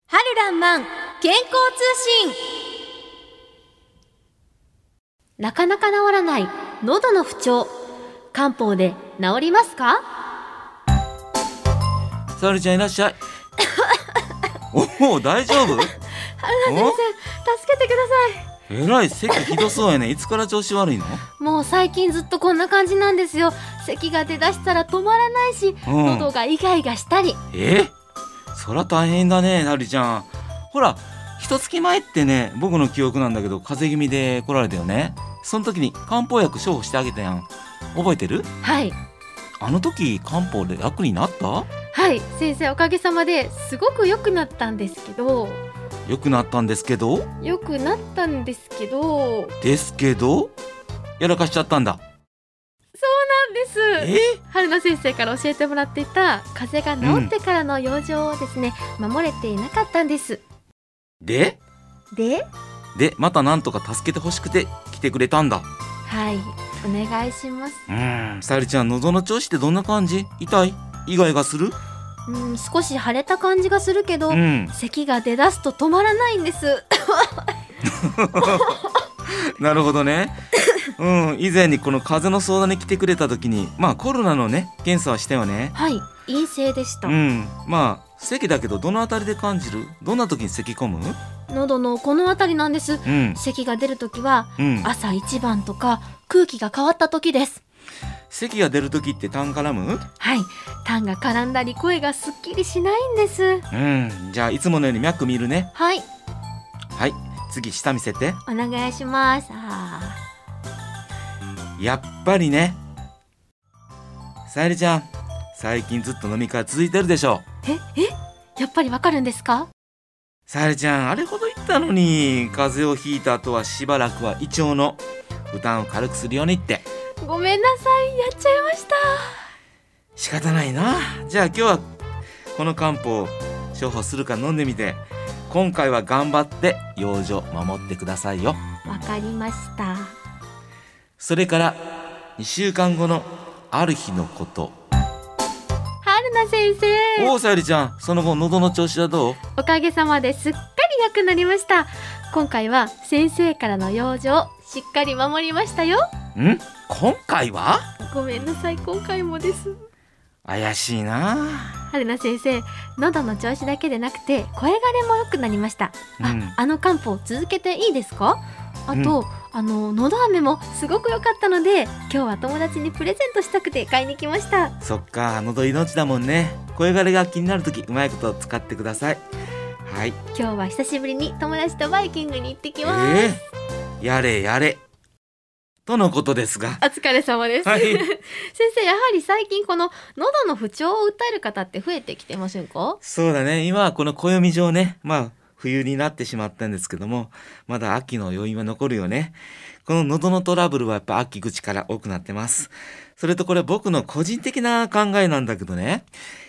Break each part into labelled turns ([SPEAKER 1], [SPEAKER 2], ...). [SPEAKER 1] るらんまん健康通信なかなか治らない喉の不調漢方で治りますか
[SPEAKER 2] 沙織ちゃんいらっしゃい。おお、大丈夫。
[SPEAKER 1] 先生助けてくださ
[SPEAKER 2] おえらい咳ひどそうやね。いつから調子悪いの。
[SPEAKER 1] いもう最近ずっとこんな感じなんですよ咳が出だしたら止まらないし
[SPEAKER 2] うん
[SPEAKER 1] 喉がイガイガしたり
[SPEAKER 2] えそら大変だね、沙織ちゃん。ほら、一月前ってね、僕の記憶なんだけど、風邪気味で来られたよね。その時に漢方薬処方してあげたやん。覚えてる。
[SPEAKER 1] はい
[SPEAKER 2] あの時、漢方で楽になった。
[SPEAKER 1] はい先生おかげさまですごく良くなったんですけど
[SPEAKER 2] 良くなったんですけど。
[SPEAKER 1] 良くなったんですけど
[SPEAKER 2] ですけど。やらかしちゃったんだ。
[SPEAKER 1] なんです
[SPEAKER 2] え
[SPEAKER 1] 春名先生から教えてもらっていた風邪が治ってからの養生をですね、守れていなかったんです
[SPEAKER 2] で。
[SPEAKER 1] で
[SPEAKER 2] で、またなんとか助けてほしくて、来てくれたんだ。
[SPEAKER 1] はいお願いします
[SPEAKER 2] うーん、さゆりちゃん、喉の調子ってどんな感じ痛いイガイガする
[SPEAKER 1] うん少し腫れた感じがするけど、
[SPEAKER 2] ん。
[SPEAKER 1] 咳が出だすと止まらないんです
[SPEAKER 2] なるほどね。 うん、以前にこの風邪の相談に来てくれた時に、まあコロナのね、検査はしたよね。
[SPEAKER 1] はい陰性でした、
[SPEAKER 2] うん、まあ、咳だけどどのあたりで感じるどんな時に咳込む
[SPEAKER 1] 喉のこの辺りなんです
[SPEAKER 2] うん、
[SPEAKER 1] 咳が出る時は
[SPEAKER 2] うん。
[SPEAKER 1] 朝一番とか空気が変わった時です
[SPEAKER 2] 咳が出る時って痰絡む
[SPEAKER 1] はい痰が絡んだり声がすっきりしないんです
[SPEAKER 2] うん、じゃあいつものように脈見るね。
[SPEAKER 1] はい
[SPEAKER 2] はい、次下見せて。
[SPEAKER 1] お願いしますあー
[SPEAKER 2] やっぱりね。さゆりちゃん、最近ずっと飲み会続いてるでしょ
[SPEAKER 1] ええやっぱりわかるんですか
[SPEAKER 2] さやりちゃんあれほど言ったのに風邪をひいた後はしばらくは胃腸の負担を軽くするようにって
[SPEAKER 1] ごめんなさいやっちゃいました
[SPEAKER 2] 仕方ないなじゃあ今日はこの漢方を処方するから飲んでみて今回は頑張って養生守ってくださいよ
[SPEAKER 1] わかりました
[SPEAKER 2] それから2週間後のある日のこと
[SPEAKER 1] 春菜先生
[SPEAKER 2] おおさゆりちゃんその後喉の調子はどう
[SPEAKER 1] おかげさまですっかり良くなりました今回は先生からの養生をしっかり守りましたよ
[SPEAKER 2] ん今回は
[SPEAKER 1] ごめんなさい今回もです
[SPEAKER 2] 怪しいな
[SPEAKER 1] 春菜先生喉の調子だけでなくて声枯れも良くなりました、
[SPEAKER 2] うん
[SPEAKER 1] ああの漢方続けていいですかあと、あの喉飴もすごく良かったので今日は友達にプレゼントしたくて買いに来ました
[SPEAKER 2] そっか喉命だもんね声がれが気になるときうまいことを使ってくださいはい
[SPEAKER 1] 今日は久しぶりに友達とバイキングに行ってきます、
[SPEAKER 2] ええやれやれとのことですが
[SPEAKER 1] お疲れ様です、
[SPEAKER 2] はい
[SPEAKER 1] 先生やはり最近この喉の不調を訴える方って増えてきてませんか
[SPEAKER 2] そうだね今はこの暦上ねまあ冬になってしまったんですけどもまだ秋の余韻は残るよねこの喉のトラブルはやっぱ秋口から多くなってますそれとこれ僕の個人的な考えなんだけどね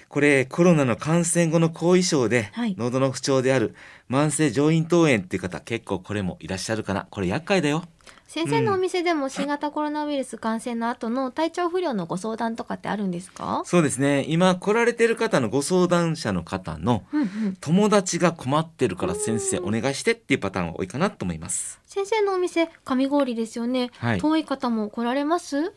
[SPEAKER 2] これコロナの感染後の後遺症で
[SPEAKER 1] はい
[SPEAKER 2] 喉の不調である慢性上咽頭炎っていう方結構これもいらっしゃるかなこれ厄介だよ
[SPEAKER 1] 先生のお店でも新型コロナウイルス感染の後の体調不良のご相談とかってあるんですか
[SPEAKER 2] そうですね今来られてる方のご相談者の方の
[SPEAKER 1] うんうん、
[SPEAKER 2] 友達が困ってるから先生お願いしてっていうパターンは多いかなと思います。
[SPEAKER 1] 先生のお店上郡ですよね、
[SPEAKER 2] はい。
[SPEAKER 1] 遠い方も来られます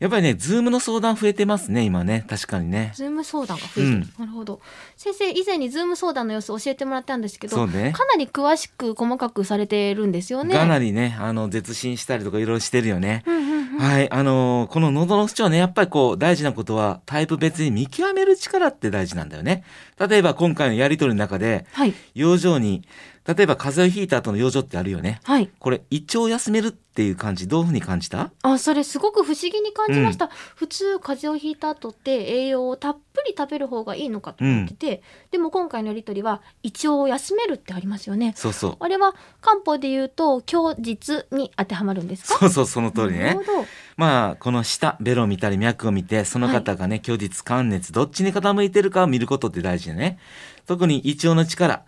[SPEAKER 2] やっぱりね、ズームの相談増えてますね、今ね。確かにね。
[SPEAKER 1] ズーム相談が増えてる、
[SPEAKER 2] うん
[SPEAKER 1] なるほど先生以前にズーム相談の様子教えてもらったんですけど
[SPEAKER 2] そうね。
[SPEAKER 1] かなり詳しく細かくされてるんですよね
[SPEAKER 2] かなりね、あの、絶心したりとかいろいろしてるよね。
[SPEAKER 1] うんうんうん
[SPEAKER 2] はい。あのーこの喉の不調ね、やっぱりこう、大事なことは、タイプ別に見極める力って大事なんだよね。例えば今回のやりとりの中で、
[SPEAKER 1] はい
[SPEAKER 2] 養生に、例えば風邪をひいた後の養生ってあるよね。
[SPEAKER 1] はい
[SPEAKER 2] これ、胃腸を休めるっていう感じ、どういうふうに感じた
[SPEAKER 1] あ、それすごく不思議に感じました。普通風邪をひいた後って栄養をたっぷり食べる方がいいのかと思ってて、でも今回のやりとりは胃腸を休めるってありますよね。
[SPEAKER 2] そうそう。
[SPEAKER 1] あれは漢方で言うと強日に当てはまるんですか？
[SPEAKER 2] そうそう、その通り
[SPEAKER 1] な
[SPEAKER 2] ね
[SPEAKER 1] るほ。ど。
[SPEAKER 2] まあ、この舌、ベロを見たり脈を見て、その方がね、虚実、関熱、どっちに傾いてるかを見ることって大事でね。特に胃腸の力。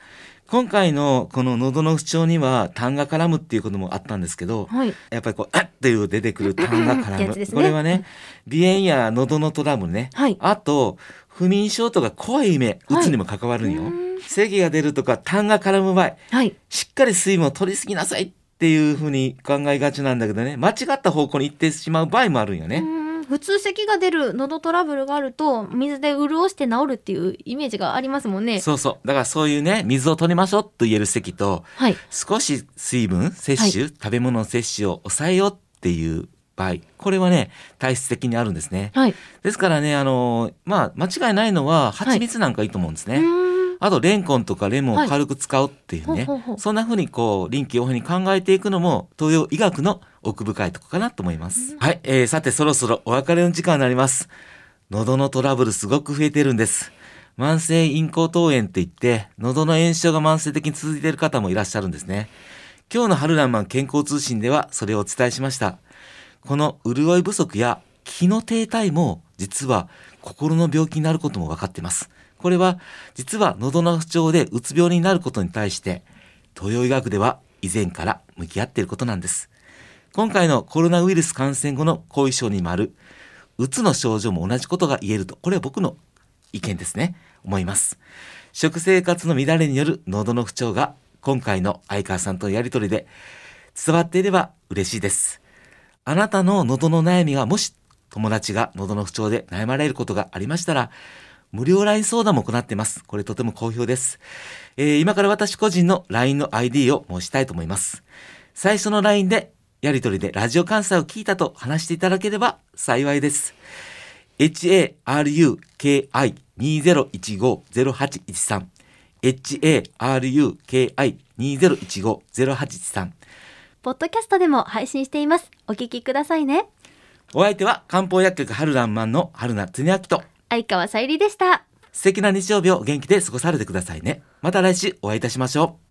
[SPEAKER 2] 今回のこの喉の不調には痰が絡むっていうこともあったんですけど、
[SPEAKER 1] はい。
[SPEAKER 2] やっぱりこう、あっっていう出てくる痰が
[SPEAKER 1] って
[SPEAKER 2] 絡
[SPEAKER 1] や
[SPEAKER 2] む。
[SPEAKER 1] つですね
[SPEAKER 2] これはね、鼻炎や喉のトラブルね。
[SPEAKER 1] はい
[SPEAKER 2] あと、不眠症とか怖い夢、うつにも関わるんよ。
[SPEAKER 1] うーん
[SPEAKER 2] せきが出るとか痰が絡む場合
[SPEAKER 1] はい。
[SPEAKER 2] しっかり水分を取りすぎなさいっていうふうに考えがちなんだけどね間違った方向に行ってしまう場合もあるんよ
[SPEAKER 1] う
[SPEAKER 2] ね。
[SPEAKER 1] ん普通咳が出る喉トラブルがあると水で潤して治るっていうイメージがありますもんね。
[SPEAKER 2] そうそうだからそういうね水を取りましょうと言える席と
[SPEAKER 1] はい。
[SPEAKER 2] 少し水分摂取、食べ物の摂取を抑えようっていう場合これはね体質的にあるんですね。
[SPEAKER 1] はい。
[SPEAKER 2] ですからねあのまあ間違いないのは
[SPEAKER 1] はい
[SPEAKER 2] 蜂蜜なんかいいと思うんですね。
[SPEAKER 1] うん
[SPEAKER 2] あとレンコンとかレモン
[SPEAKER 1] は
[SPEAKER 2] を
[SPEAKER 1] い
[SPEAKER 2] 軽く使うっていうね、
[SPEAKER 1] ほうほうほう
[SPEAKER 2] そんな風にこう臨機応変に考えていくのも東洋医学の奥深いとこかなと思います、はい、えー、さてそろそろお別れの時間になります喉のトラブルすごく増えてるんです慢性咽喉頭炎って言って喉の炎症が慢性的に続いている方もいらっしゃるんですね今日の春ランマン健康通信ではそれをお伝えしましたこの潤い不足や気の停滞も実は心の病気になることも分かっています。これは実は喉の不調でうつ病になることに対して東洋医学では以前から向き合っていることなんです。今回のコロナウイルス感染後の後遺症にもあるうつの症状も同じことが言えると、これは僕の意見ですね、思います。食生活の乱れによる喉の不調が今回の相川さんとのやりとりで伝わっていれば嬉しいです。あなたの喉の悩みがもし友達が喉の不調で悩まれることがありましたら、無料 LINE 相談も行っています。これとても好評です。えー今から私個人の LINE の ID を申したいと思います。最初の LINE で、やりとりでラジオ関西を聞いたと話していただければ幸いです。haruki2015-0813 haruki2015-0813
[SPEAKER 1] ポッドキャストでも配信しています。お聞きくださいね。
[SPEAKER 2] お相手は漢方薬局春ランマンの春名恒明と
[SPEAKER 1] 相川さゆりでした。
[SPEAKER 2] 素敵な日曜日を元気で過ごされてくださいね。また来週お会いいたしましょう。